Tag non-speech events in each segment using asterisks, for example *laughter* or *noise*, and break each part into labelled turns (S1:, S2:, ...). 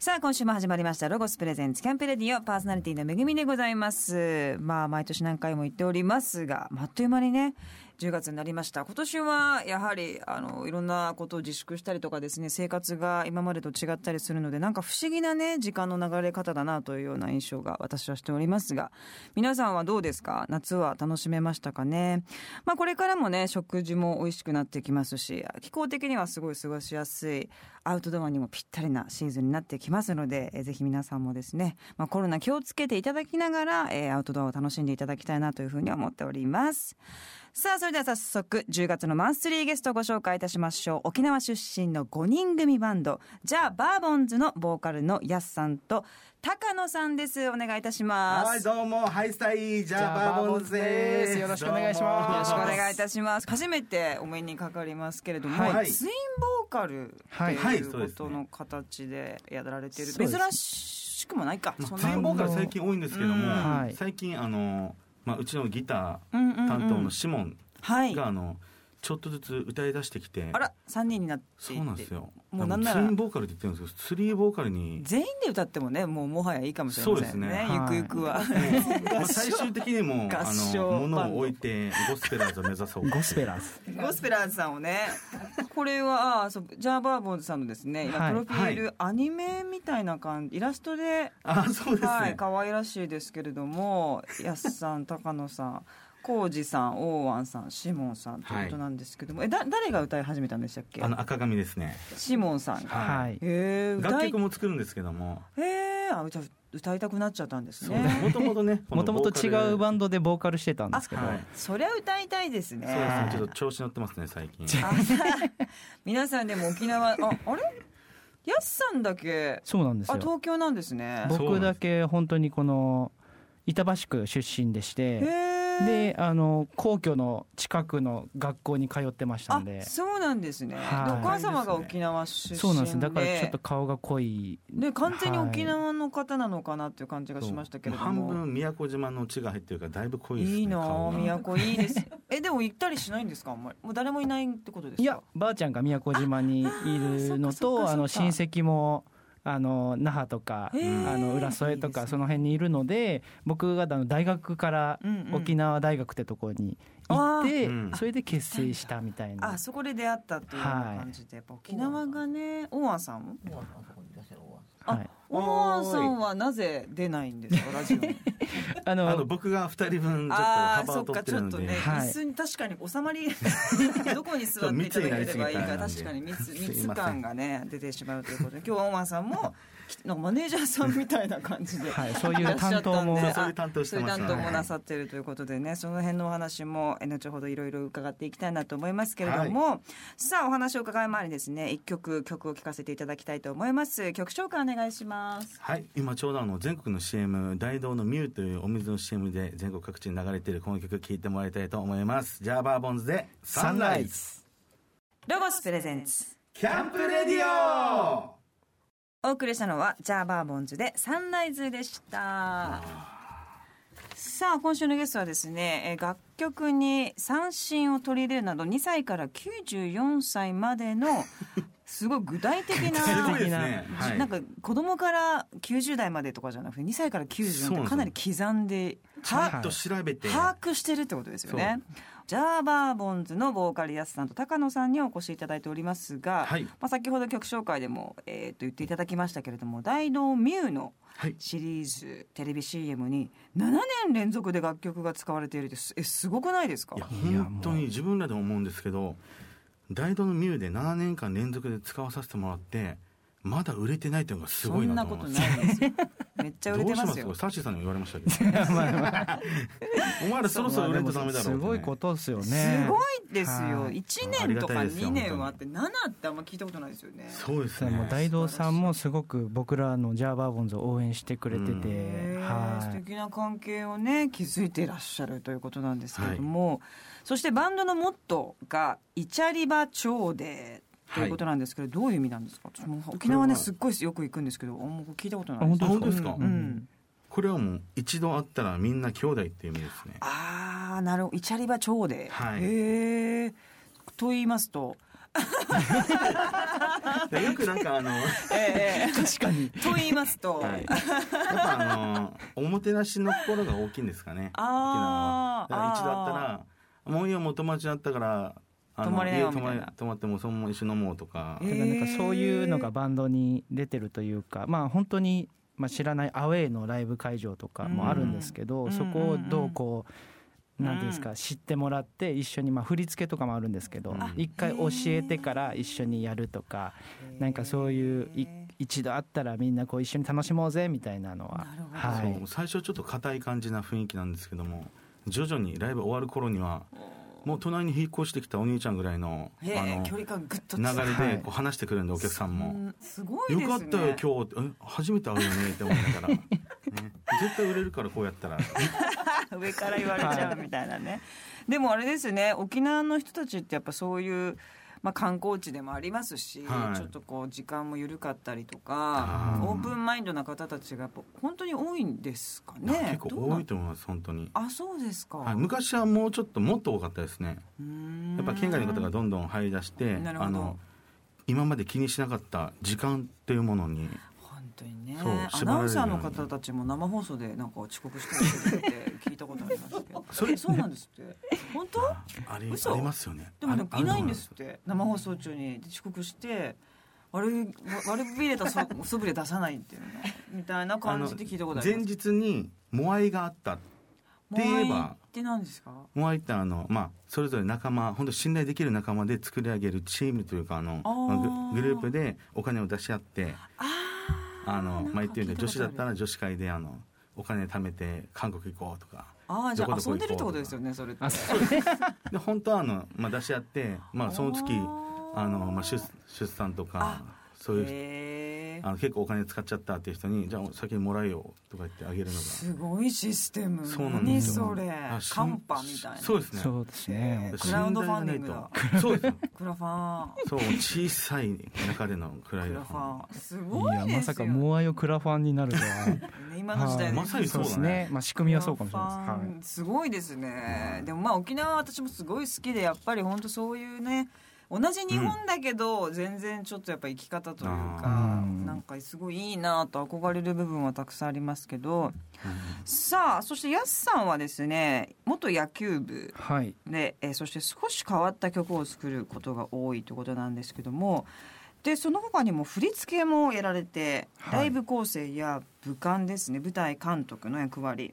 S1: さあ、今週も始まりました。ロゴスプレゼンツキャンプレディオパーソナリティのめぐみでございます。まあ、毎年何回も言っておりますが、まああっという間にね、10月になりました。今年は、やはり、あの、いろんなことを自粛したりとかですね、生活が今までと違ったりするので、なんか不思議なね、時間の流れ方だなというような印象が私はしておりますが、皆さんはどうですか夏は楽しめましたかねまあ、これからもね、食事も美味しくなってきますし、気候的にはすごい過ごしやすい、アウトドアにもぴったりなシーズンになってきますので、えーぜひ皆さんもですね、まあ、コロナ気をつけていただきながら、えーアウトドアを楽しんでいただきたいなというふうに思っております。さあ、それでは早速、10月のマンスリーゲストをご紹介いたしましょう。沖縄出身の5人組バンド、じゃあ、バーボンズのボーカルのやすさんと、高野さんです。お願いいたします。
S2: はい、どうも、ハイスタイ、ジャーバーボンズ
S3: ジ
S2: です。
S3: ャーバーボンズですよろしくお願いします
S2: どうも
S1: よろしくお願いいたします。初めてお目にかかりますけれども、
S2: はい
S1: ツインボーカル
S3: はい
S1: と
S2: はいいうそう
S1: こ
S2: です
S1: と
S2: ね
S1: の形でやられている、
S3: そうです
S1: 珍しくもないか、そん
S2: ツ
S1: な
S2: インボーカル最近多いんですけども、
S1: うん
S3: はい
S2: 最近あの、まあ、うちのギタ
S1: うんうんう
S2: ー
S1: ん
S2: 担当のシモン
S1: はい
S2: があのちょっとずつ歌い出してきて
S1: あら3人になって
S2: そ
S1: いう
S2: なん
S1: っ
S2: です
S1: て
S2: よ
S1: もうなんなら
S2: ツインボーカルって言ってるんですけどスリーボーカルに、
S1: 全員で歌ってもねもうもはやいいかもしれませんね
S2: そうですね
S1: ゆくゆくは、
S2: まあ、最終的にも
S1: 合
S2: あ
S1: 唱
S2: の
S1: バンド
S2: 物を置いてゴスペラーズを目指そう
S3: ゴスペラーズ。
S1: *laughs* ゴスペラーズさんをねこれはあそうジャーバーボンズさんのですね今
S3: はい
S1: プロフィール、
S2: は
S1: アニメみたいな感じイラストで
S2: あそうですね、
S1: はい、可愛らしいですけれども、やすさん、高野さん。浩二さん、大安さん、シモンさんということなんですけども、えだ誰が歌い始めたんでしたっけ
S2: あ？の赤髪ですね
S1: シモンさんが。
S2: は
S3: はいい。
S1: へえ
S2: 楽
S1: 歌い
S2: 曲も作るんですけども
S1: へえあ歌歌いたくなっちゃったんです
S2: そうです
S1: ね。
S2: もともとね
S3: *laughs* もともと違うバ
S2: ン
S3: ンドでボーカルしてたんですけど
S2: あ、はい
S1: そりゃ歌いたいですね。
S2: そうですねちょっと調子乗ってますね最近
S1: あ皆さんでも沖縄ああれ？やすさんだけ
S3: そうなんです
S1: あ
S3: よ。
S1: 東京なんですね。
S3: 僕だけ本当にこの板橋区出身でし
S1: へ
S3: て、
S1: え。
S3: で、あの皇居の近くの学校に通ってましたん
S1: あ、、
S3: で
S1: そうなんですね。でお
S3: はい
S1: 母様が沖縄出身で。
S3: そうなんです。だからちょっと顔が濃い。
S1: ね、完全に
S3: はい
S1: 沖縄の方なのかなっていう感じがしましたけれど
S2: 半
S1: も。
S2: 分宮古島の血が入ってるからだいぶ濃いですね
S1: いいな
S2: 顔
S1: あ、
S2: が
S1: 宮古いいです。え、でも行ったりしないんですか、あんまり。もう誰もいないってことですか。
S3: いや、ばあちゃんが宮古島にいるの
S1: ああーそっかそっ
S3: と、
S1: か
S3: あの
S1: そっ
S3: 親
S1: か
S3: 戚も。あの那覇とか
S1: へー
S3: あの浦添と
S1: いいです
S3: か
S1: ね
S3: その辺にいるので僕があの大学から
S1: うんうん
S3: 沖縄大学ってとこに行って、
S2: あーうん
S3: それで結成したみたいな
S1: あ、そこで出会ったっていうような感じで、やっぱ沖縄がね、大安さんも。
S3: はい、
S1: 大安さんはなぜ出ないんですか、ラジオに。
S3: あの
S2: あの僕が二人分ちょっと
S1: ああ、
S2: 幅
S1: そ
S2: を
S1: っ
S2: 取
S1: か、
S2: って
S1: ち
S2: る
S1: ょっ
S2: の
S1: と
S2: で
S1: ね、
S3: はい
S1: 椅子に確かに収ま
S2: *laughs*
S1: り。どこに座っていただければいいか、確かに密、密感がね、出てしまうということで、今日は大安さんも。なんかマネージャーさんみたいな感じで。
S3: はい、そういう担当も
S1: いらっしゃったんで
S2: そうい
S1: そうい
S2: う担当して
S1: う
S2: ます
S1: 担
S2: の
S1: 当
S2: で
S1: もなさっているということでね、その辺のお話もえ後ほどいろいろ伺っていきたいなと思いますけれども、さあお話を伺う前にですね、一曲曲を聴かせていただきたいと思います。曲紹介お願いします。
S2: はい今ちょうどあの全国の CM 大道のミューというお水の CM で全国各地に流れているこの曲聴いてもらいたいと思いますジャーバーボンズでサンライズ
S1: ロゴスプレゼンツ。
S2: キャンプレディオ
S1: お送りしたのはジャーバーボンズでサンライズでした。さあ今週のゲストはですねえー楽曲に三振を取り入れるなど2歳から94歳までのすごい具体的な
S2: すごいですねはい
S1: なんか子供から90代までとかじゃなくて2歳から
S2: そう
S1: 94
S2: なん
S1: って
S2: です
S1: かなり刻んでは
S2: ちょっと調べて
S1: 把握してるってことですよね。ジャーバーボンズのボーカルやすさんと高野さんにお越しいただいておりますが、
S2: はい
S1: まあ、先ほど曲紹介でも、えー、と言っていただきましたけれども「大道ミュウ」の
S2: はい
S1: シリーズテレビ CM に7年連続で楽曲が使われているってすえすごくないですか
S2: いや本当に自分らでも思うんですけど大道のミューで7年間連続で使わさせてもらってまだ売れてないっていうのがす
S1: そ
S2: ごい
S1: んな
S2: なと
S1: こと
S2: 思います
S1: ないですよめっちゃ売れ
S2: ど
S1: て
S2: うし
S1: ま
S2: ますす
S1: よ
S2: かサッシーさんにも言われましたけどお前らそろそろ売れんとダメだろうってね
S3: すごいことですよね
S1: すごいですよ、
S3: はい
S1: 一1
S2: あり
S1: 年
S2: が
S1: とか
S2: たいですよ
S1: 2年はあって7ってあんま聞いたことないですよね
S2: そうですね
S3: もう大道さんもすごく僕らのジャーバーボンズを応援してくれてて、
S1: へー素
S3: はい
S1: 敵な関係をね築いていらっしゃるということなんですけれども、そしてバンドのモットーが「イチャリバ町で」ということなんですけど、どういう意味なんですか私も沖縄ね
S2: これは
S1: すっごいよく行くんですけどあんま聞いたことな
S3: あ
S1: いです
S2: あ本当ですか
S3: う
S1: うんん、
S2: これはもう一度会ったらみんな兄弟っていう意味ですね
S1: ああなるほどイチャリバ町で、
S2: はい
S1: へえと言いますと
S2: でよくなんかあの、やっ
S1: え
S3: 確かに
S1: え *laughs* と言いますと、
S2: はいぱあの、おもてなしの心が大きいんですかね。沖
S1: あー
S2: 縄は。だから一度だったら、もういいよ、もう友達だったから、あの
S1: 泊まりなよ
S2: 家泊ま
S1: みたいな
S2: 泊まってもそのまま一緒に飲もうとか
S1: え
S3: た
S1: ー
S3: だなんかそういうのがバンドに出てるというか、まあ本当にまあ知らないアウェイのライブ会場とかもあるんですけど、
S1: うん
S3: そこをどうこう、
S1: うん
S3: なんていうんですか知ってもらって一緒にまあ振り付けとかもあるんですけど
S2: あ
S3: 一回教えてから一緒にやるとかなんかそういうい一度会ったらみんなこう一緒に楽しもうぜみたいなの
S1: な
S3: は
S1: るほど
S3: は
S2: そ
S3: いう
S2: 最初ちょっと硬い感じな雰囲気なんですけども徐々にライブ終わる頃にはもう隣に引っ越してきたお兄ちゃんぐらいのあ
S1: へえ
S2: の
S1: 距離感ぐっと
S2: 流
S1: 縮
S2: れでこう話してくるんでお客さんも
S1: むすご
S2: 「
S1: いで
S2: よ
S1: すね
S2: かったよ今日」え初めて会うよね」って思い
S1: *laughs*
S2: ながら、ね絶対売れるからこうやったら
S1: *laughs* 上から言われちゃうみたいなね。でもあれですね、沖縄の人たちってやっぱそういう。まあ、観光地でもありますし、
S2: はい
S1: ちょっとこう時間も緩かったりとか
S2: あー
S1: オープンマインドな方たちがやっぱ本当に多いんですかね
S2: 結
S1: どう
S2: 構
S1: な
S2: 多
S1: ん
S2: いと思います本当に、
S1: あそうですか、
S2: はい、昔はもうちょっともっと多かったですねや
S1: や
S2: っぱ県外の方がどんどん入り出して
S1: なるほど
S2: あの今まで気にしなかった時間っていうものに
S1: 本当にね
S2: そう
S1: アナウンサーの方たちも生放送でなんか遅刻したりするって聞いたことありますけど
S2: それ
S1: えそうなんですって本当
S2: ああり
S1: 嘘
S2: ありますよね
S1: でもね
S2: ああ
S1: い
S2: ると
S1: ない
S2: 思
S1: んですって生放送中に遅刻して悪い悪びれた *laughs* そ素振り出さないっていうのがみたいな感じで聞いたことあり
S2: 前
S1: ます
S2: 日にモアイがあった前日って言え
S1: モアイっ
S2: ば
S1: て何ですか
S2: モアイってあの、まあ、それぞれ仲間本当信頼できる仲間で作り上げるチームというかあの
S1: あー
S2: まあググループでお金を出し合って
S1: あー
S2: あの、
S1: なんか
S2: まあ、言ってるんで
S1: 聞い
S2: 女子だ
S1: こ
S2: った
S1: とある
S2: ら女子会であのお金貯めて韓国行こうとか
S1: あーじゃ
S2: ど
S1: あ
S2: こどこ行こう
S1: 遊んでるってことですよねそれって
S3: あそう
S1: *laughs*
S2: で本当はあの、まあ、出し合って、まあ、その月あの、まあ、出出産とかそういう人
S1: へー
S2: あの結構お金使っちゃったっていう人にじゃあ先にもらえよとか言ってあげるのが
S1: すごいシステム
S2: そうなんですよ
S1: 何それ
S2: あし
S1: カンパみたいな
S2: そうですね
S3: そうですね
S1: クラウドファンディングだ
S2: そうですよ
S1: クラファン
S2: そう小さい中でのクラウ
S1: ク
S2: ド
S1: ラ
S2: フ
S1: フ
S2: ァン
S1: ァンす
S3: い
S1: ごい
S3: や
S1: で
S3: ますさ
S1: よ
S3: かモアイをクラファンになるとは
S1: ね今の時代
S3: は
S1: で
S3: い
S2: まさにそうだね
S3: ですねまあ仕組みはそうかもしれないです
S1: ファンすごいですね。でもまあ沖縄は私もすごい好きでやっぱり本当そういうね。同じ日本だけど全然ちょっとやっぱ生き方というか
S3: あー
S1: なんかすごいいいなと憧れる部分はたくさんありますけどさあそしてやすさんはですね元野球部
S3: はい、はい、
S1: でえーそして少し変わった曲を作ることが多いということなんですけどもでその他にも振り付けもやられて、
S3: はい
S1: ライブ構成や舞監ですね舞台監督の役割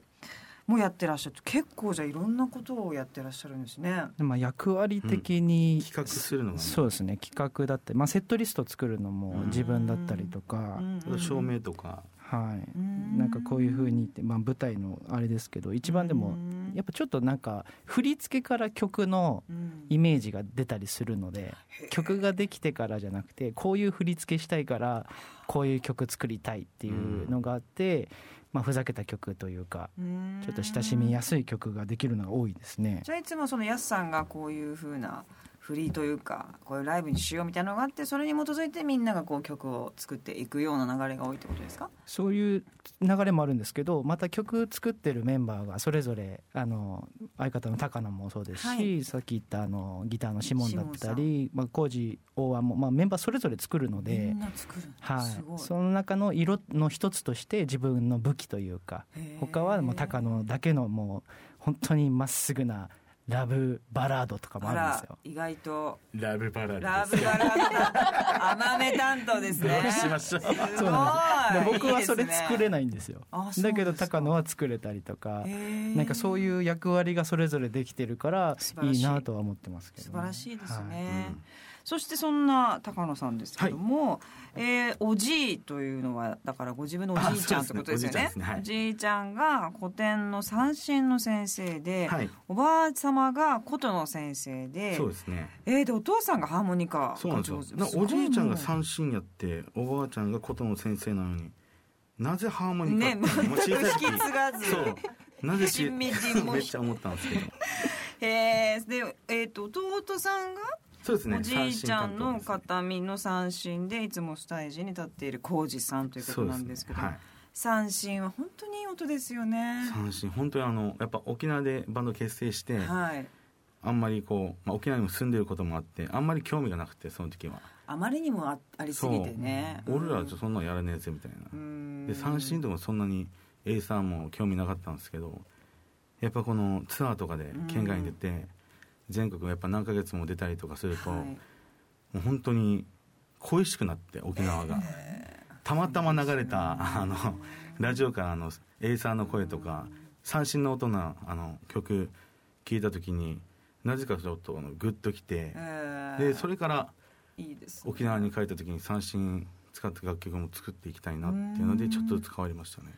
S1: もやってらっしゃって結構じゃあいろんなことをやってらっしゃるんですね。
S3: でまあ役割的に、
S2: 企画するのがね
S3: そうですね企画だって、まあ、セットリスト作るのも自分だったりとか、
S2: あと照明とか
S3: はい、
S1: な
S3: なんかこういう風にって、まあ、舞台のあれですけど一番でもやっぱちょっとなんか振り付けから曲のイメージが出たりするので曲ができてからじゃなくてこういう振り付けしたいからこういう曲作りたいっていうのがあって、まあ、ふざけた曲というかちょっと親しみやすい曲ができるのが多いですね。
S1: じゃあいつもそのやすさんがこういう風なフリーというかこういうライブにしようみたいなのがあってそれに基づいてみんながこう曲を作っていくような流れが多いってことですか
S3: そういう流れもあるんですけどまた曲作ってるメンバーがそれぞれあの相方の高野もそうですし、
S1: はい
S3: さっき言ったあのギターのシモンだったり、まあ、コージ大和も、まあ、メンバーそれぞれ作るの
S1: み
S3: で
S1: ん、な作るのす
S3: は
S1: ご
S3: い、
S1: い
S3: その中の色の一つとして自分の武器というか他はもう高野だけのもう本当にまっすぐなラブバラードとかも
S1: あ
S3: あるん
S1: ら
S3: ですよ。
S1: 意外と
S2: ラブパラ
S1: ラブバラード甘め担当ですね
S2: ラしますしょう
S1: ごい
S3: *laughs* そうなんですで僕はそれ
S1: いいですね
S3: 作れないんですよ。
S1: あそう
S3: だけど
S1: ですか
S3: 高野は作れたりとか
S1: へ。ー
S3: なんかそういう役割がそれぞれできてるから
S1: 素晴らしい
S3: いいなとは思ってますけど
S1: 素
S3: ね、
S1: 晴らしいです
S3: はい
S1: ね、
S2: うん
S1: そしてそんな高野さんですけども、えーおじいというのはだからご自分のおじいちゃん
S2: あ
S1: って
S2: そ
S1: こ
S2: うですね
S1: とですよね
S2: おじいちゃんですね
S1: おじいちゃんが
S2: はい
S1: 古典の三線の先生で、
S2: はい
S1: おばあ様が琴の先生で
S2: そうですね
S1: えーでお父さんがハーモニカ
S2: そうな
S1: が
S2: んです
S1: 上手
S2: よなんかおじいちゃんが
S1: すごいもう
S2: 三振やっておばあちゃんが琴の先生なのになぜハーモニカ
S1: ね全く
S2: もう小さい時
S1: 引き継がず
S2: そうなぜし
S1: しんみじんも
S2: *laughs* めっちゃ思ったんですけど
S1: へえでえっ、と弟さんが
S2: そうですね
S1: おじいちゃんの
S2: 三振担当です
S1: 形見の三振でいつもスタイジに立っている浩二さんということなんですけど
S2: そうはい
S1: 三振は本当にいい音ですよね。
S2: 三振本当にあのやっぱ沖縄でバンド結成して、
S1: はい。
S2: あんまりこう、まあ、沖縄にも住んでることもあってあんまり興味がなくてその時は
S1: あまりにもあありすぎてね
S2: そう俺らはそんなのやらねえぜみたいな、
S1: うん
S2: で三振でもそんなに A さんも興味なかったんですけどやっぱこのツアーとかで県外に出て、全国やっぱ何ヶ月も出たりとかすると、
S1: は
S2: も
S1: いう
S2: 本当に恋しくなって沖縄が、たまたま流れたあのラジオからあの A さんの声とか三振の音のあの曲聞いた時になぜかちょっとあのグッときて、
S1: え
S2: でそれから
S1: いいですね
S2: 沖縄に帰った時に三振使った楽曲も作っていきたいなっていうのでちょっとずつ変わりましたね。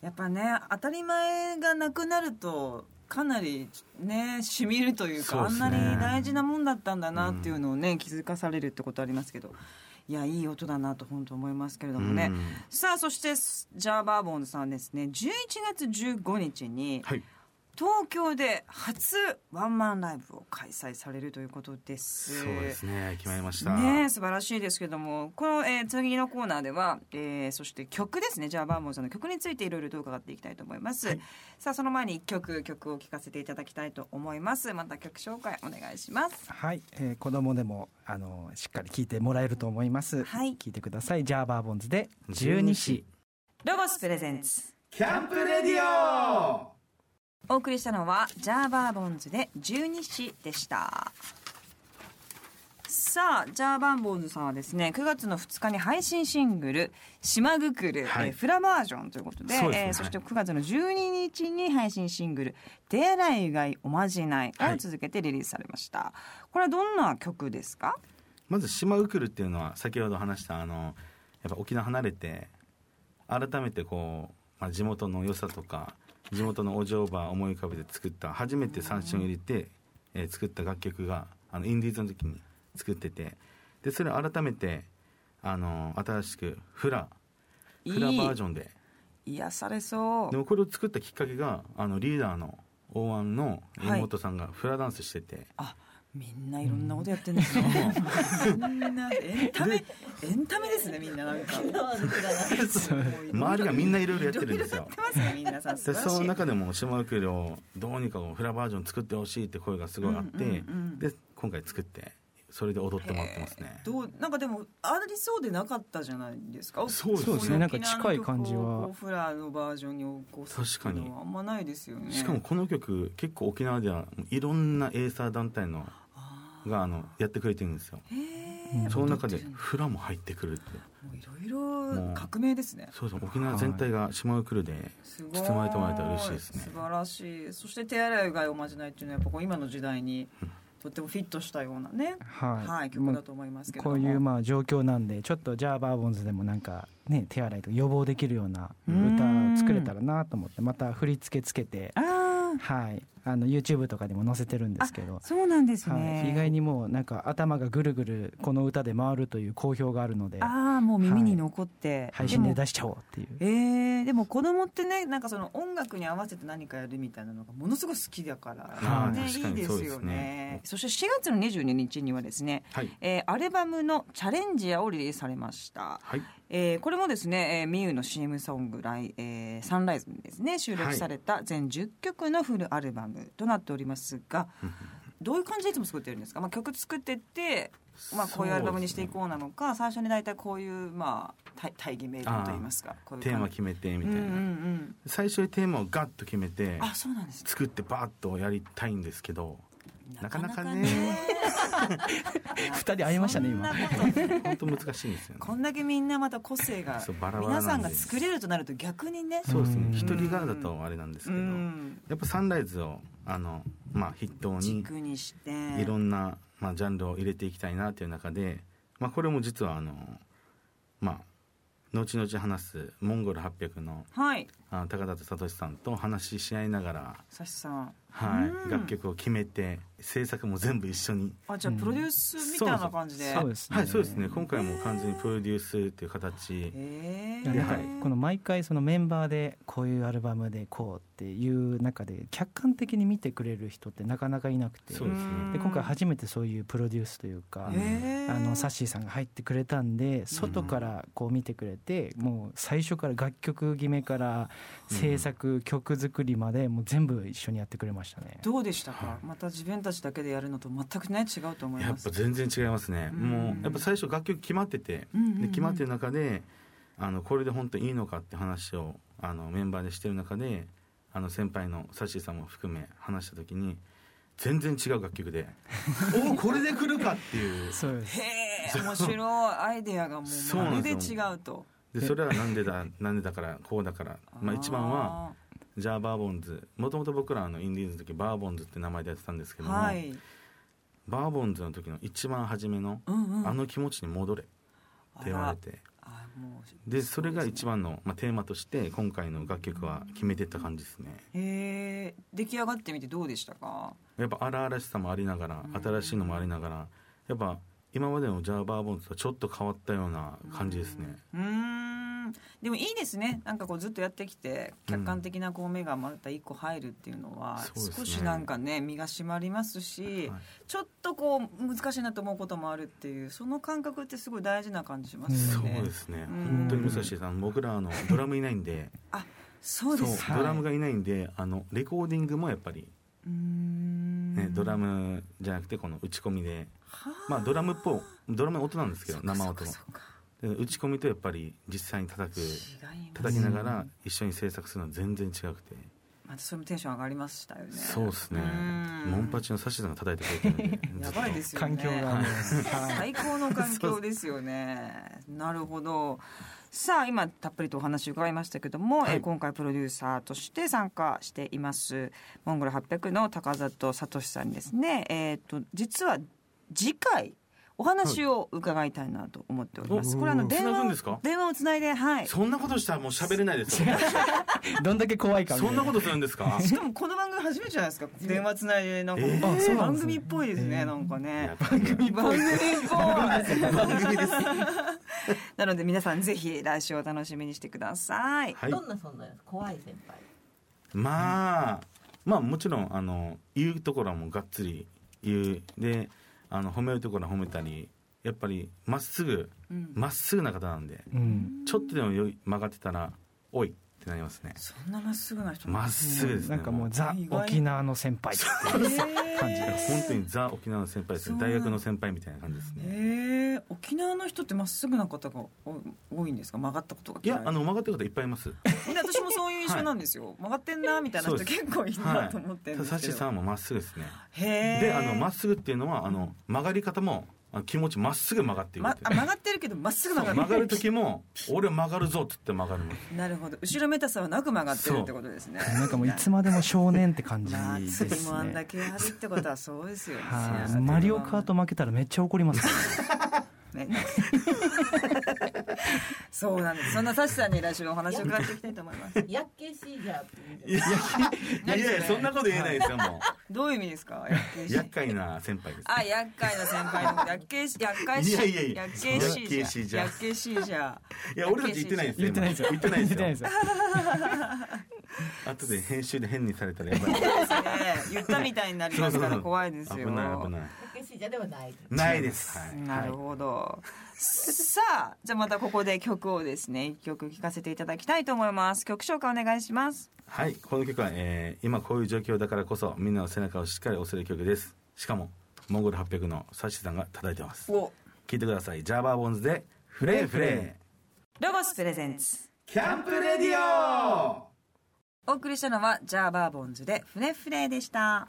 S1: やっぱね当たり前がなくなるとかなりねしみるというか
S2: そう
S1: あ
S2: っ
S1: ん
S2: すね
S1: なに大事なもんだったんだなっていうのをね、気づかされるってことありますけどいやいい音だなと本当思いますけれどもね、
S2: うん
S1: さあそしてジャーバーボンズさんはですね11月15日に
S2: はい、
S1: 東京で初ワンマンライブを開催されるということです。
S2: そうですね決まりました、
S1: ねえ素晴らしいですけどもこの、えー、次のコーナーでは、えーそして曲ですねじゃあバーモンさんの曲についていろいろと伺っていきたいと思います、さあその前に一曲曲を聴かせていただきたいと思いますまた曲紹介お願いします
S3: はい、えー、子供でもあのしっかり聞いてもらえると思います。
S1: はい
S3: 聞いてください。ジャーバーボンズで十二子。
S1: ロゴスプレゼンツ
S2: キャンプレディオ
S1: お送りしたのはジャーバーボンズで十二子でしたさあジャーバーボンズさんはですね9月の2日に配信シングル「島ぐくる、
S2: はい
S1: えーフラバージョン」ということで
S2: そうですね
S1: えーそして9月の12日に配信シングル「手洗いうがいおまじない」
S2: は
S1: を
S2: い
S1: 続けてリリースされました、これはどんな曲ですか
S2: まず島ウクルっていうのは先ほど話したあのやっぱ沖縄離れて改めてこう、まあ、地元の良さとか地元のお嬢婆を思い浮かべて作った初めて三振を入れて、えー作った楽曲があのインディーズの時に作っててでそれを改めてあの新しくフラフラバージョンで
S1: いい癒されそ
S2: でもこれを作ったきっかけがあのリーダーの大安の妹さんがフラダンスしてて、
S1: あみんないろんなことやってんですね。みんなエンタメエンタメですねみんななんか。
S2: 周りがみんないろいろやってるんですよ
S1: いろいろやってますねみんなさん素
S2: で
S1: 晴らしい。
S2: その中でも島ウクレをどうにかこうフラバージョン作ってほしいって声がすごいあって、
S1: うんうんうん
S2: で今回作ってそれで踊ってもらってますね
S1: どうなんかでもありそうでなかったじゃないですか。
S2: そうですね
S1: こい
S2: そうですね
S3: なんか近い感じ
S1: 沖縄の曲を
S3: は
S1: こうフラのバージョンに起こすっていうの
S2: 確か
S1: はあんまないですよね。
S2: しかもこの曲結構沖縄ではいろんなエイサー団体の
S1: あ
S2: があのやってくれてるんですよ
S1: ーへえ。
S2: その中
S1: 踊
S2: で
S1: ってるんだ
S2: フラも入ってくるって
S1: もういろいろ革命ですね。
S2: そうですね沖縄全体が島ウクレです
S1: ごい
S2: 包まれてもらえたら嬉しいですね
S1: 素晴らしい。そして手洗いうがいおまじないっていうのはやっぱこう今の時代にとってもフィットしたようなね。
S3: はい。
S1: はい、曲
S3: も
S1: だ
S3: う
S1: と思いますけれど
S3: こ
S1: も。
S3: ういうまあ状況なんで、ちょっとジャーバーボンズでもなんかね手洗いとか予防できるような歌を作れたらなと思って、また振り付けつけて、
S1: あ
S3: はい。あの YouTube とかにも載せてるんですけど
S1: あ、。そうなんですね。
S3: はい、意外にもうなんか頭がぐるぐるこの歌で回るという好評があるので
S1: ああもう耳に残って、
S3: 配信で
S1: も
S3: 出しちゃおうっていう
S1: えーでも子供ってねなんかその音楽に合わせて何かやるみたいなのがものすごく好きだから、
S2: はい
S1: ね、
S2: 確
S1: い
S2: か
S1: い
S2: に
S1: で
S2: そう
S1: す
S2: で
S1: よ
S2: すね
S1: ねそして4月の22日にはですね、
S2: はい
S1: えーアルバムの「チャレンジア」をリリースされました、
S2: はい
S1: えーこれもですね、えー、ミユの CM ソングライ、えーサンライズにですね収録された全10曲のフルアルバムとなっておりますが、どういう感じでいつも作ってるんですか、まあ、曲作ってって、まあ、こういうアルバムにしていこうなのか、最初に大体こういう、まあ、大大義名分といいますかこういう
S2: テーマ
S1: 感じ
S2: 決めてみたいな、
S1: うんうんうん、
S2: 最初にテーマをガッと決めて
S1: あそうなんですね
S2: 作ってバーッとやりたいんですけどなかなかね *laughs*
S3: 二人会いましたね今
S1: そんなことない
S2: 本当難しいんですよね
S1: こんだけみんなまた個性が
S2: *laughs* そうバラバラ
S1: 皆
S2: なんで
S1: さんが作れるとなると逆にね
S2: そうです
S3: う
S2: ね
S3: ん
S2: 一人側だとあれなんですけ
S1: う
S2: ど、
S1: ん
S2: やっぱサンライズをあの、まあ、筆頭に
S1: 軸にして
S2: いろんな、まあ、ジャンルを入れていきたいなという中で、まあ、これも実はあの、まあ、後々話すモンゴル800の
S1: はい
S2: あの高田と聡さんと話しし合いながら、
S1: サシさん
S2: はい
S1: うん
S2: 楽曲を決めて制作も全部一緒に。
S1: あじゃあ
S3: うん
S1: プロデュースみたいな感じで、
S3: そうですね
S2: はい、そうですね今回も完全にプロデュースという形
S1: へえ
S3: なんか
S2: はい
S3: この毎回そのメンバーでこういうアルバムでこうっていう中で客観的に見てくれる人ってなかなかいなくて
S2: そうですね
S1: うん
S3: で今回初めてそういうプロデュースというか
S2: へえ
S3: あのサッシーさんが入ってくれたんで外からこう見てくれてもう最初から楽曲決めから制作曲作りまでもう全部一緒にやってくれまましたね
S1: どうでしたか。また自分たちだけでやるのと全くね違うと思い
S2: や
S1: ま
S2: っ
S1: す
S2: ぱ。全然違いますね、
S1: うん
S2: もうやっぱ最初楽曲決まってて、
S1: うんうんうん
S2: で決まってる中であのこれで本当にいいのかって話をあのメンバーでしてる中であの先輩のサッシーさんも含め話した時に全然違う楽曲
S1: *laughs*
S2: でおこれで来るかっていう
S3: そうです
S1: へえ面白いアイデアがもう
S2: そう
S1: ま
S2: な
S1: る
S2: ん
S1: で
S2: で
S1: 違
S2: すよ
S1: うと。
S2: でそれはなんでだなんでだからこうだからまあ一番はじゃあバーボンズもともと僕らあのインディーズの時バーボンズって名前でやってたんですけ
S1: あー
S2: ども、
S1: はい。
S2: バーボンズの時の一番初めの
S1: うんう
S2: 「
S1: ん。
S2: あの気持ちに戻れ」って言われ
S1: あら。
S2: て
S1: あもう
S2: でそれが一
S1: 番。
S2: 番の、まあ、テーマとして今回の楽曲は決めてった感じですね
S1: へえ出来上がってみてどうでしたか。
S2: やっぱ荒々しさもありながら
S1: うん
S2: 新しいのもありながらやっぱ今までのジャーバーボンズとちょっと変わったような感じですね
S1: うーんでもいいですねなんかこうずっとやってきて客観的なこう目がまた一個入るっていうのは、
S2: そうですね
S1: 少しなんかね身が締まりますし、
S2: はい
S1: ちょっとこう難しいなと思うこともあるっていうその感覚ってすごい大事な感じします
S2: そ
S1: よ
S2: う
S1: ね。
S2: ですね
S1: うん
S2: 本当に武蔵さん僕らあのドラムいないんで
S1: *laughs* そう
S2: そ
S1: で
S2: う
S1: すか
S2: ドラムがいないんであのレコーディングもやっぱり、
S1: うーん
S2: ね、ドラムじゃなくてこの打ち込みでまあドラムっぽいドラムの音なんですけど生音の
S1: そっかそっか
S2: で打ち込みとやっぱり実際に叩く
S1: 違いま
S2: 叩
S1: す
S2: きながら一緒に制作するのは全然違くて。
S1: またそれもテンション上がりましたよね
S2: そうですね
S1: うん。。
S2: モンパチのサシさんが叩いてくれてるんで。
S1: やばいですすよね
S3: 環境がねはい
S1: 最高の環境ですよね。なるほど。さあ今たっぷりとお話伺いましたけども、
S2: はい
S1: えー今回プロデューサーとして参加していますモンゴル800の高里聡さんにですね、えー、と実は次回お話を伺いたいなと思っております。
S2: はい
S1: これあの
S2: お
S1: 電
S2: 繋ぐん
S1: 話
S2: です
S1: を
S2: か
S1: 電話をつないで、はい、。
S2: そんなことしたらもう喋れないですよ。
S3: どんだけ怖いかみたい
S2: そんなことするんですか
S1: しかもこの番組初めてじゃないですか電話つないでなんか、
S2: えー
S3: あそうなん
S1: 番
S3: ですね
S1: 組っぽいですね、なんかね。
S2: 番組
S1: 番組なので皆さんぜひ来週お楽しみにしてください。
S2: はい
S4: ど。んな存在ですか怖い先輩
S2: まあまあもちろんあの言うところはもうがっつり言うであの褒めるところは褒めたりやっぱりまっすぐ
S1: うん
S2: まっすぐな方なんで
S3: うん
S2: ちょっとでもよい曲がってたらおいってなりますね。
S1: そんなまっすぐな人
S2: まっすぐですね。
S3: なんかもう
S2: 本
S3: ザ
S1: 意外
S3: 沖縄の先輩
S1: えー
S3: 感じです
S2: 当にザ沖縄の先輩で
S1: そ
S2: す
S1: う
S2: ね。
S1: なん
S2: 大学の先輩みたいな感じですね。
S1: えー沖縄の人ってまっすぐな方がお多いんですか曲がったことが
S2: い
S1: 嫌い
S2: やあの曲がってる方いっぱいいます。
S1: みんな私もそういう印象なんですよ、曲がってんなみたいな人
S2: そうです
S1: 結構いるなと思ってるんで
S2: ただ
S1: す
S2: サ
S1: け
S2: シ
S1: ど、
S2: さんもまっすぐですね。
S1: へー
S2: で、あのまっすぐっていうのはあの曲がり方もあの気持ちまっすぐ曲がっていく
S1: ま
S2: っ
S1: あ
S2: ていう。
S1: 曲がってるけどまっすぐ
S2: そう
S1: 曲が
S2: 曲
S1: って
S2: が
S1: る
S2: る時も俺は曲がるぞっつって曲がるの。
S1: なるほど後ろめたさはなく曲がってるってことですね
S3: なんかもういつまでも少年って感じ
S1: まあ、
S3: です
S1: 次もあんだ
S3: ね。
S1: けやるってことはそうですよね。
S3: はい、マリオカート負けたらめっちゃ怒ります。
S1: ね。そうなんです。そんなサシさんに来週お話を伺っていきたいと思います。
S4: やっけしいじゃんって言うんだ
S2: いや
S4: よ
S2: いやいやそんなこと言えないですよも。
S1: どういう意味ですか。やっけいうし
S2: 厄介な先輩です。
S1: あ、厄介な先輩のことやっけいし、厄介し、
S2: いやいやいや
S1: やっけいしいじゃん。や
S2: や
S1: っ
S2: っ
S1: けいしいじゃん。
S2: いや俺たち言ってないですよ。
S3: 言ってないですよ。
S2: 言ってないですよ。
S3: よ。。
S2: 後で編集で変にされたらやばい。
S1: *laughs* そうですね。言ったみたいになりますから怖いですよ。
S2: 危ない危ない。
S4: やっけしいじゃんではない
S2: ないです。はい
S1: なるほど。さあ、じゃあまたここで曲をですね、一曲聴かせていただきたいと思います。曲紹介お願いします。
S2: はい、この曲は、えー今こういう状況だからこそみんなの背中をしっかり押せる曲ですしかもモンゴル800のサシさんが叩いてます聴
S1: お、
S2: いてくださいジャーバーボンズで「フレーフレ
S1: ロゴスプレゼンツ。
S2: ー」キャンプレディオ
S1: お送りしたのはジャーバーボンズでフレフレでした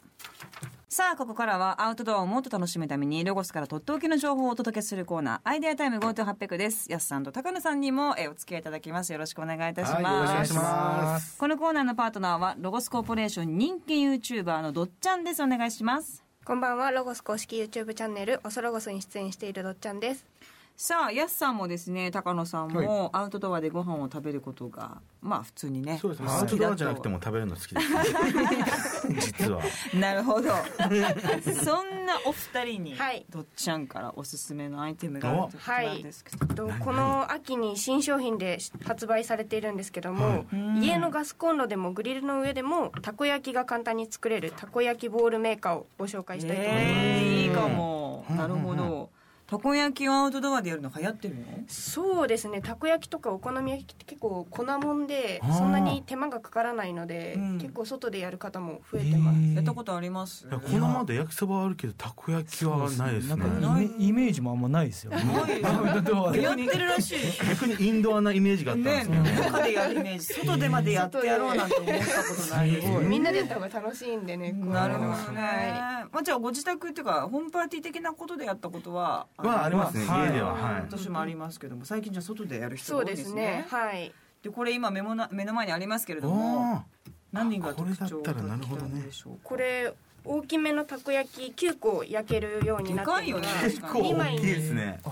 S1: さあここからはアウトドアをもっと楽しむためにロゴスからとっておきの情報をお届けするコーナーアイデアタイム GoTo800 ですやすさんと高野さんにもえお付き合いいただきますよろしくお願いいたします,、
S2: はいよろしくお願いします
S1: このコーナーのパートナーはロゴスコーポレーション人気 YouTuber のどっちゃんですお願いします
S5: こんばんはロゴス公式 YouTube チャンネルオソロゴスに出演しているどっちゃんです
S1: さあやすさんもですね高野さんもアウトドアでご飯を食べることがまあ普通にね
S2: そうですね
S1: 好きだと
S2: アウトドアじゃなくても食べるの好きです実は
S1: *laughs* なるほどそんなお二人に、
S5: はい
S1: どっちゃんからおすすめのアイテムがあるということなんですけど、
S5: とこの秋に新商品で発売されているんですけども、家のガスコンロでもグリルの上でもたこ焼きが簡単に作れるたこ焼きボールメーカーをご紹介したいと思います、
S1: えーいいかもなるほど、たこ焼きをアウトドアでやるの流行ってるの
S5: そうですねたこ焼きとかお好み焼きって結構粉もんで
S2: あー
S5: そんなに手間がかからないので、
S1: うん
S5: 結構外でやる方も増えてます、
S1: やったことあります
S2: いやこのまで焼きそばはあるけどたこ焼きはないですね
S3: なんかイメイメージもあんまないですよね。アウトドアで
S1: やってるらしい
S2: 逆にインドアなイメージがあったんで
S1: ね
S2: すけど、
S1: 中でやるイメージ外でまでやってやろうなんて思ったことないです
S2: すごい
S5: みんなでやった方が楽しいんでねこう
S1: なるほどね、
S5: は
S1: まあ、じゃあご自宅っていうかホームパーティー的なことでやったことは
S2: はありますね
S1: はい
S2: 家でははい
S1: 私もありますけども最近じゃあ外でやる
S5: い、
S1: 人
S5: そ
S1: が多
S5: う
S1: い
S5: で
S1: ですす
S5: ね
S1: ね
S5: はい
S1: でこれ今メモな目の前にありますけれど
S2: お
S1: も
S2: ー
S1: 何人が
S2: これだ
S1: 特
S2: っ
S1: 徴
S2: たらなるほどね
S1: 的んでしょうか
S5: これ大きめのたこ焼き9個焼けるようになってい
S1: でか
S5: ま
S1: いよね
S5: す
S2: 結構大きいですね
S3: あ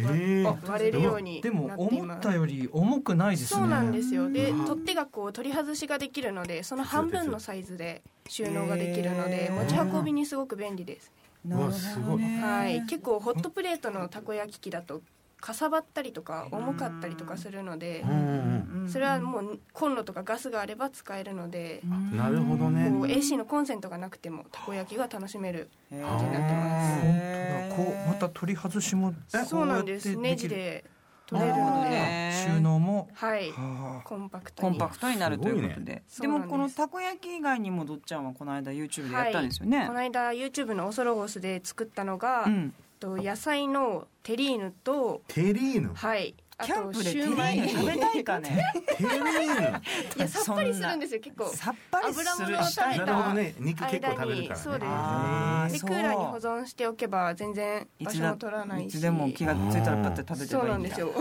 S2: ええ
S3: あ
S5: 割れるように
S3: でも
S5: なってい
S3: 思
S5: ま
S3: っ
S5: す
S3: たより重くないですね。
S5: そうなんですよで
S2: うん
S5: 取っ手がこう取り外しができるのでその半分のサイズで収納ができるので
S1: へー
S5: 持ち運びにすごく便利です、
S1: なるほ
S2: うわすご
S1: ど
S2: い
S1: ね
S5: はい、結構ホットプレートのたこ焼き器だとかさばったりとか重かったりとかするので
S2: うんうん
S5: それはもうコンロとかガスがあれば使えるので
S2: うんなるほどね
S5: こう AC のコンセントがなくてもたこ焼きが楽しめる
S1: へー
S5: 感じになってます
S3: 本当だこうまた取り外しも
S5: そうなんです
S3: こうや
S5: ネ
S3: ってき
S5: ジ
S3: る
S5: で取れるので
S1: ね
S3: 収納も
S5: はい
S3: はあ
S5: コンパクト
S1: コ
S5: に
S1: ンパクトになるということ
S2: すごい
S1: で、
S5: そ
S1: で
S5: うな
S1: も
S5: んです
S1: このたこ焼き以外にもどっちゃんはこの間 YouTube でやったんですよね、
S5: この間 YouTube のオソロゴスで作ったのが、
S1: うん、
S5: と野菜のテリーヌと
S2: テリーヌ
S5: はいあ
S1: キャン
S5: と
S1: プで
S5: シ
S1: テリ
S5: ューマ
S1: ーヌ
S5: イ
S1: 食べたいかね
S2: テリー
S5: いや *laughs* さっぱりするん
S1: で
S5: ですよ結構
S1: さっぱりする
S5: 油物を食べ
S2: ヌな
S5: た
S2: るほどね肉結構食べるからね
S5: そうです
S1: あー
S5: でク
S1: そう
S5: ーラーに保存しておけば全然
S1: い
S5: 場
S1: つ
S5: 所
S1: だ
S5: も取らないし
S1: いつでも気がついたらパッと食べて
S5: そう
S1: ば
S5: ない
S1: い
S5: ん
S1: ん
S5: です
S1: だ
S5: よ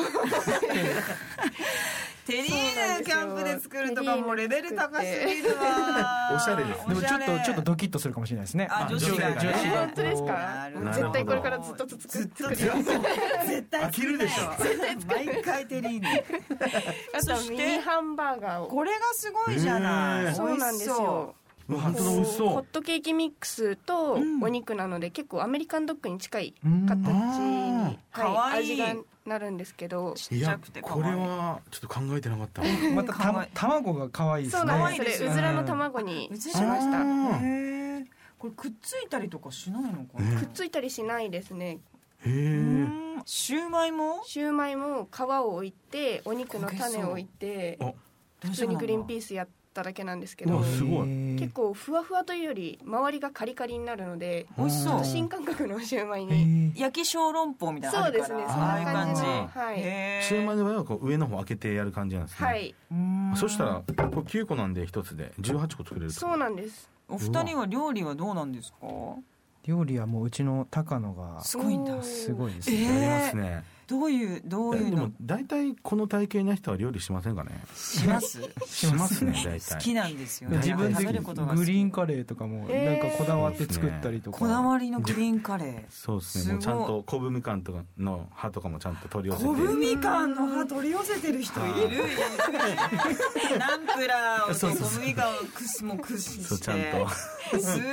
S1: *laughs* テリ
S5: そうな
S1: ー
S5: ん
S1: ヌ
S5: です
S1: キ
S5: よ
S1: ャンプで作るとかもうレベル高すぎるわ
S2: おしゃれです
S3: でもちょっ
S1: おしゃ
S3: と
S1: れ
S3: ちょっとドキッとするかもしれないですね。
S1: あ
S3: ま
S1: 女子がね
S3: 女子が
S5: 本当です
S1: な
S5: か
S1: るほど
S5: 絶対これからずっと続
S1: ずっ
S5: く
S1: と絶対
S2: 飽きるでしょ
S1: 毎回テリーヌ
S5: あと
S1: そして
S5: ミニハンバーガーを
S1: これがすごいじゃない、
S2: ね
S5: そうなんですよ
S2: ヌわ本当だ美
S5: こう
S2: 味しそ
S5: ホッ
S2: う
S5: トケーキミックスと
S1: うん
S5: お肉なので、結構アメリカンドッグに近い
S3: うん
S5: 形に、
S2: あー
S1: かわ
S5: はい
S1: いい
S5: 味がなるんですけど
S1: ち
S2: い
S1: っちゃ
S2: や
S1: くて可愛
S2: こ
S1: い
S2: れはちょっと考えてなかったわ
S3: また
S1: 可
S3: た
S1: 愛い
S3: 卵が可愛いです
S5: そう
S3: ね。
S5: なんです、
S1: ね
S5: それうずらの卵に
S1: う
S5: し
S1: ず
S5: ま
S1: ら
S5: し
S2: あ
S5: た
S2: ー
S1: へえこれくっついたりとかしないのかな
S2: ね
S5: くっついたりしないですね
S2: へえ
S1: うんシューマイも
S5: シューマイも皮を置いてお肉の種を置いて
S2: あ
S5: 普通にグリーンピ
S1: ース
S5: ースやっただけなんですけ
S2: う
S5: ど
S2: わすごい
S5: 結構ふわふわというより周りがカリカリになるので
S1: 美味しそう
S5: 新感覚のシューマイ
S3: へ
S5: に
S3: ー
S1: 焼き小籠包みたいなの
S5: そ
S1: あ
S5: う
S1: る
S5: で
S1: か
S5: す
S1: ら
S5: ねそんな
S1: ああいう
S5: 感じ
S2: あ
S5: の
S2: ー
S5: はい
S1: へえ
S2: シューマイの場合はこう上の方開けてやる感じなんですね
S5: はい
S1: うん
S2: そしたらこれ9個なんで一つで18個作れると
S5: そうなんです
S1: お二人は料理はどうなんですか
S3: 料理はもううちの高野が
S1: すごいんだ
S3: すごいです
S1: え
S3: ね。
S2: やりますね
S1: どういうどう
S2: で
S1: いうの
S2: も大体この体型な人は料理しませんかね
S1: します
S2: しま
S1: *laughs*
S2: すね大
S1: 好き
S2: 体
S1: なんですよ
S2: え
S1: ね
S3: 自分
S1: 食
S3: で
S1: べることが好き
S3: グリーンカレーとかもな
S5: え
S3: ん
S5: ー
S3: かこだわって作ったりとか。
S1: こだわりのグリーンカレー
S2: そうですねもうちゃん
S1: すご
S2: と昆布みかんとかの葉とかもちゃんと取り寄せて
S1: 小分みかんの葉取り寄せてる人いる
S2: *laughs*
S1: ナンプラーをと小分みかんをくすもくし
S2: そう
S1: し
S2: ちゃん
S1: て
S2: と
S1: すごいめっ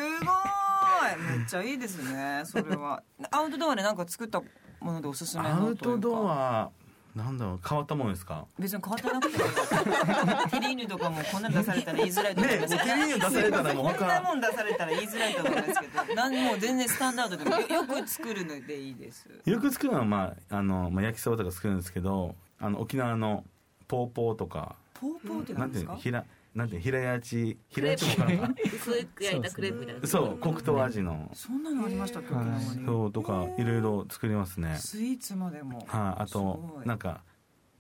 S1: ちゃいいですねそれ
S2: *laughs*
S1: はアウトドアで何か作ったものでおすすめ
S2: ア
S1: のとい
S2: ウト
S1: う
S2: ド
S1: か
S2: アなんだろう変わったものですか
S1: 別に変わってなくてもいいテリーヌとかもこんなの出されたら言いづらいと思いま
S2: ねもう
S1: す
S2: 手に出されたらもう
S1: こんな
S2: 他
S1: もん出されたら言いづらいと思うんですけどなんもう全然スタンダードでもよよく作るのでいいです
S2: よく作るのは、まあ、あのまあ焼きそばとか作るんですけどあの沖縄のポーポーとか
S1: ポーポーって
S2: な
S1: 何
S2: ん
S1: で
S2: てい
S1: す
S2: うの
S1: か
S2: ひらなんていうの平屋ち平屋ちもかな
S6: 薄く焼いたクレープみたいな
S2: そう黒糖味の
S1: そんなのありましたっけ沖縄に
S2: そうとかいろいろ作りますね
S1: スイーツまでも
S2: はい、あ
S1: すご
S2: と
S1: い
S2: なんか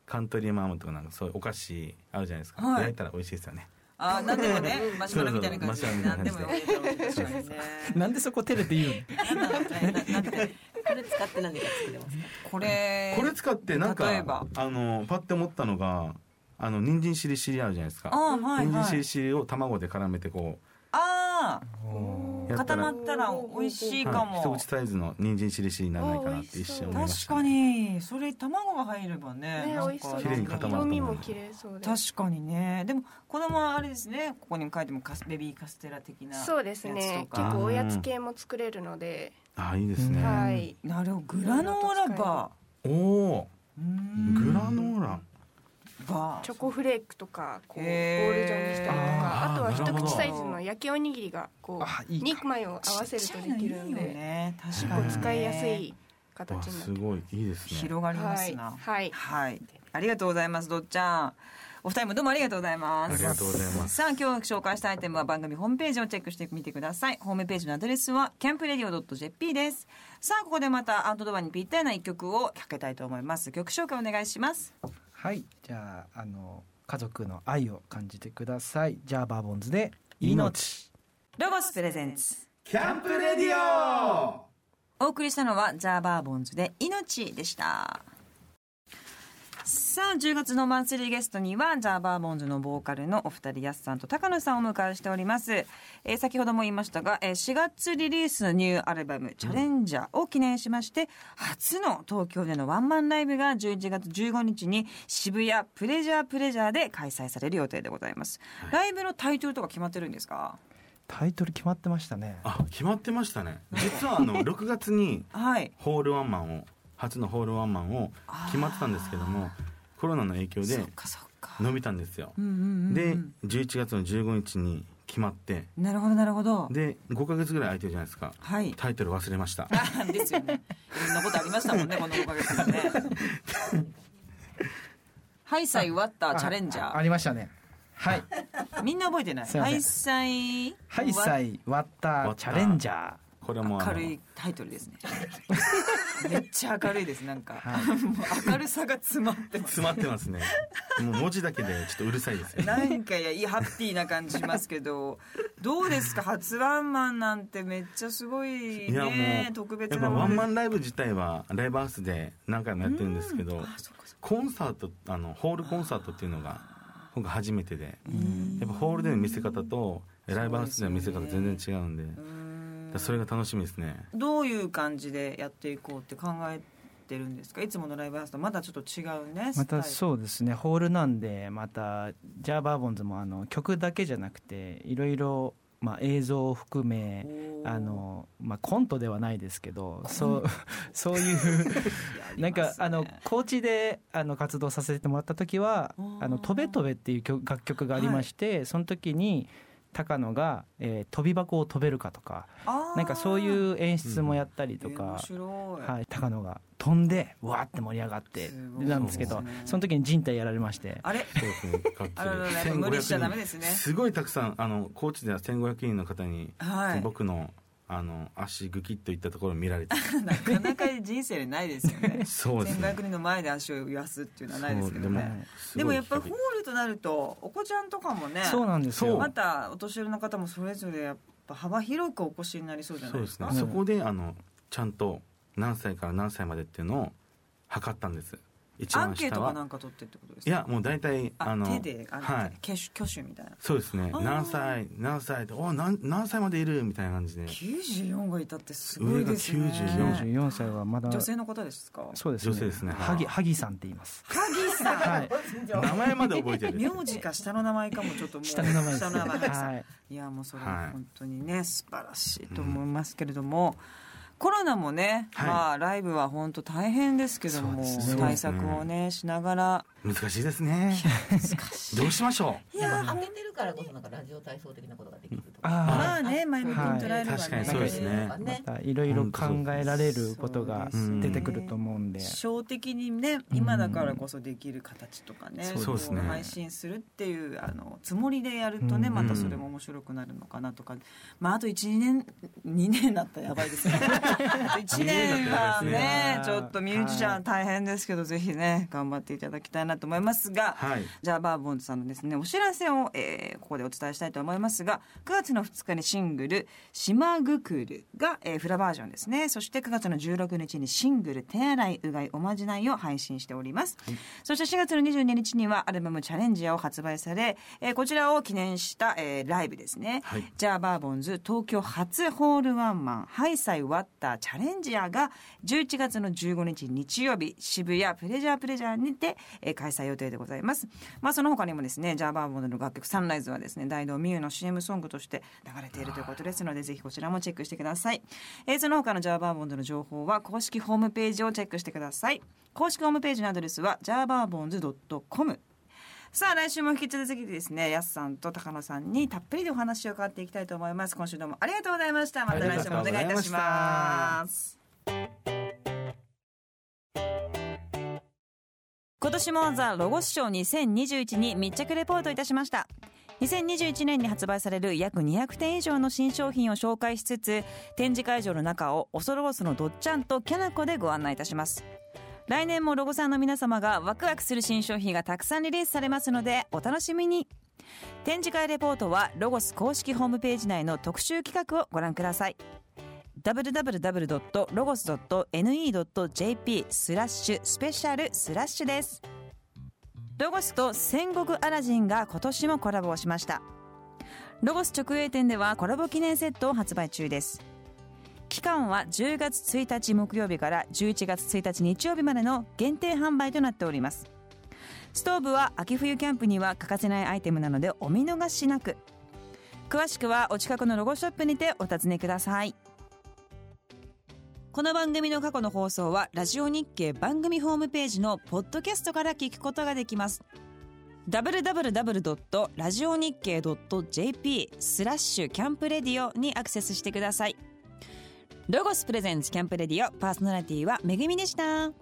S2: カントリーマアムとかなんかそういうお菓子あるじゃないですか、
S1: はい
S2: 焼いたら美味しいですよね
S1: あなんでもねマシュマロみたいな感じで
S2: そうそう
S1: 何でもよかった確かにね
S3: なんでそこ照れて言うの？
S1: なんだろうねななんて
S6: これ使って何か作れますか
S1: これ
S2: これ使ってなん
S1: 例えば
S2: かあのパッて思ったのがあの人参しりしりあるじゃないですか、
S1: あはい
S2: 人参し
S1: は
S2: り
S1: い
S2: しりを卵で絡めてこ
S1: あ
S2: う
S1: ー
S2: やった
S1: 固
S2: ら
S1: まったら美味しいか
S2: はい、一
S1: も
S2: 口サイズの人参しりしりにならないかなって一瞬思いまし
S1: 確
S2: た
S1: かにそれ卵が入ればね
S5: ね
S1: な
S5: 美
S1: ん
S5: 味しそ
S1: か
S5: う
S2: 綺麗に固まると思う
S5: 色味も綺麗そうで
S1: 確かにねでも子供はあれですねここにも書いてもカスベビーカステラ的な
S5: そうです
S1: やつと
S5: ね
S1: か
S5: 結構おやつ系も作れるので
S2: ああいいですね、
S3: うん
S5: はい
S1: なるほどグラノーラバ
S2: おお
S1: ーうーん
S2: グラノーラ、
S1: バー
S5: チョコフレークとかこうボ
S1: へー
S5: ール状にしたりと
S2: あ
S5: か
S2: ー
S5: あとは
S2: なるほ
S5: 一
S2: ど
S5: 口サイズの焼きおにぎりがこ
S3: あ
S5: う
S3: いいか
S5: 肉枚を合わせるとできる
S1: ちっちゃいのいいよ
S5: んで
S1: ね確
S5: こ
S1: か
S5: う
S1: に
S5: 使いやすい
S2: わ
S5: 形になっ
S2: す
S5: て
S2: ごいいいですね
S1: 広がりますな
S5: はい
S1: はい、ありがとうございますどっちゃんお二人もどうもありがとうございます
S2: ありがとうございます
S1: さあ今日紹介したアイテムは番組ホームページをチェックしてみてくださいホームページのアドレスはキャンプレディオ .jp ですさあここでまたアウトドアにぴったりな一曲をかけたいと思います曲紹介お願いします
S3: はいじゃああの家族の愛を感じてくださいじゃあバーボンズで
S2: 命
S1: ロゴスプレゼンツ
S2: キャンプレディオ
S1: お送りしたのはジャーバーボンズで命でしたさあ10月のマンスリーゲストにはジャーバーボンズのボーカルのお二人やすさんと高野さんをお迎えしております、えー先ほども言いましたが、えー4月リリースのニューアルバム「チャレンジャー」を記念しまして、初の東京でのワンマンライブが11月15日に渋谷プレジャープレジャーで開催される予定でございます、ライブのタイトルとか決まってるんですか
S3: タイトル決まってましたね
S2: あ決まってましたね実は
S1: *laughs*
S2: あの6月に
S1: はい
S2: ホールワンマンを初のホールワンマンを決まってたんですけどもコロナの影響
S1: そ
S2: で
S1: っかそっか
S2: 伸びたんですよ
S1: うんうんうんうん
S2: で11月の15日に決まって
S1: なるほどなるほど
S2: で5か月ぐらい空いてるじゃないですか *laughs*
S1: はい
S2: タイトル忘れました
S1: あですよね。いろんなことありましたもんね、この5ヶ月でね。ハイサイ割ったチャレンジャ
S3: あありましたねはい
S1: ー。みんな覚えてない。
S3: すいま
S1: ハ
S3: せん
S1: イサイ。
S3: 「ハイサ
S1: イ。
S3: イ割ったチャレンジャー
S2: これもあ
S1: 明
S2: の
S1: るいタイトルですね。 *laughs* めっちゃ明るいです、なんか。
S3: は
S1: もう明るさが詰まってます。
S2: 詰まってますねもう文字だけでちょっとうるさいですよ
S1: *laughs*
S2: ね
S1: なんかいやいいハッピーな感じしますけどどうですか初ワンマンなんてめっちゃすごい
S2: いやも
S1: ね
S2: う
S1: 特別
S2: やっ
S1: な
S2: ぱ
S1: もの
S2: ワンマ
S1: ン
S2: ンライブ自体はライブハウスで何回もやってるんですけど
S1: あそっかそっ
S2: コンサートあのホールコンサートっていうのが今回初めてでやっぱホールでの見せ方とライブハウスでの見せ方全然違うんで
S1: かうーん
S2: それが楽しみです
S1: *laughs*
S2: ね
S1: どういう感じでやっていこうって考えてるんですかいつものライブハウスとまたちょっと違うね
S3: また
S1: う
S3: そうですねホールなんでまたジャーバーボンズもあの曲だけじゃなくていろいろ、まあ、映像を含めあの、まあ、コントではないですけどそう *laughs* そういうなんかあの高知であの活動させてもらった時は
S1: お
S3: 「
S1: ー
S3: あの飛べ飛べ」っていう曲楽曲がありまして、その時に高野が、えー飛び箱を飛べるかとかなんかそう
S1: う
S3: いう演出もやったりとか。
S1: 面白い、
S3: はい、高野が飛んでわーって盛り上がって
S1: すごい
S3: なんですけど
S1: そうですね
S3: その時に人体やられまして
S1: あれ
S2: そうですねがっつり
S1: あららら
S2: 1500
S1: 無理しちゃダメですね
S2: 人すごいたくさんあの高知では1500人の方に、
S1: はい
S2: 僕のあの足ぐきっといったところを見ら
S1: *laughs*
S2: れて
S1: なかなか人生でないですよ
S3: *laughs*
S1: ね
S2: そうですね
S1: 1500人の前で足を揺らすっていうのはないですけど
S2: そう
S1: ね
S2: す
S1: で
S2: ごい
S1: もやっぱりホ
S2: 企
S1: ールとなるとお子ちゃんとかもね
S3: そうなんですよ
S2: そう
S1: またお年寄りの方もそれぞれやっぱ幅広くお越しになりそうじゃ
S2: 画
S1: ないうで
S2: そですす
S1: か
S2: ね、
S3: う
S2: そ
S3: ん
S2: こであのちゃんと何歳から何歳までっていうのを測ったんです一
S1: ア
S2: 番
S1: ンケー
S2: 下
S1: トかな
S2: は
S1: んか取ってってことです
S2: い
S1: か
S2: やもう大体
S1: あ
S2: あの
S1: 手であの、
S2: はい
S1: 挙手挙手みたいな
S2: そうですね
S1: あー
S2: 何歳何歳でお何何歳までいるみたいな感じで
S1: 94がいたってすごいですね
S2: 上が94
S3: 94歳はまだ
S1: 女性の方ですか
S3: そうですね
S2: 女性ですね
S3: 萩
S2: はい
S3: 萩さんって言います
S1: 萩さん、
S3: はい
S2: 名前まで覚えて
S1: *laughs*
S2: る
S1: 名字か下の名前かもちょっともう
S3: 下の名前です
S1: 下
S3: ね
S1: の名前萩さん
S3: はい
S1: いやもうそれ
S2: は
S1: はい本当にね素晴らしいと思いますけれども、コロナもね、
S2: はい
S1: まあライブは本当大変ですけども、
S3: そうですね
S1: 対策をねしながら
S2: 難しいですねどうしましょう
S4: いや当ててるからこそなんかラジオ体操的なことができるとか。
S3: あ
S1: まあね前向きに捉えればね、
S2: はい確かにそうですね
S3: ーまたいろいろ考えられることが
S2: うん
S3: 出てくると思うんで
S1: 小的にね今だからこそできる形とかね、
S2: うんそうですね
S1: こう配信するっていうあのつもりでやるとね
S3: うん
S1: またそれも面白くなるのかなとか、まあ、あと12年2年だ *laughs* ったらやばい
S2: *laughs*
S1: ですねあと1年は
S2: 二年だったら
S1: ね
S3: やばいです
S1: ち
S3: ね
S1: ょっとミュージシャン大変ですけどぜひね頑張っていただきたいなと思いますが。
S2: はい
S1: じゃあバーボンズさんのですねお知らせを、えーここでお伝えしたいと思いますが9月の2日にシングル「島ぐくる」が、えーフラバージョンですねそして9月の16日にシングル「手洗いうがいおまじない」を配信しております、そして4月の22日にはアルバム「チャレンジャー」を発売され、えーこちらを記念した、えーライブですね、
S2: はい
S1: ジャーバーボンズ東京初ホールワンマンハイサイワッターチャレンジアーが11月の15日日曜日渋谷プレジャープレジャーにて、えー開催予定でございます。まあその他にもですねジャーバーボンズの楽曲サンライズはですね大道美優の CM ソングとして流れているということですのでぜひこちらもチェックしてください。えーその他のジャーバーボンズの情報は公式ホームページをチェックしてください。公式ホームページのアドレスはジャーバーボンズ .com さあ来週も引き続きですねやすさんと高野さんにたっぷりでお話を伺っていきたいと思います今週どうもありがとうございましたまた来週もお願いいたします年もザ・ロゴス賞2021に密着レポートいたしました2021年に発売される約200点以上の新商品を紹介しつつ展示会場の中をオソロゴスのどっちゃんとキャナコでご案内いたします来年もロゴさんの皆様がワクワクする新商品がたくさんリリースされますのでお楽しみに展示会レポートはロゴス公式ホームページ内の特集企画をご覧ください www.logos.ne.jp スラッシュスペシャルスラッシュですロゴスと戦国アラジンが今年もコラボをしましたロゴス直営店ではコラボ記念セットを発売中です期間は10月1日木曜日から11月1日日曜日までの限定販売となっておりますストーブは秋冬キャンプには欠かせないアイテムなのでお見逃しなく詳しくはお近くのロゴショップにてお尋ねくださいこの番組の過去の放送はラジオ日経番組ホームページのポッドキャストから聞くことができます www.radionickei.jp スラッシュキャンプレディオにアクセスしてくださいロゴスプレゼンツキャンプレディオパーソナリティはめぐみでした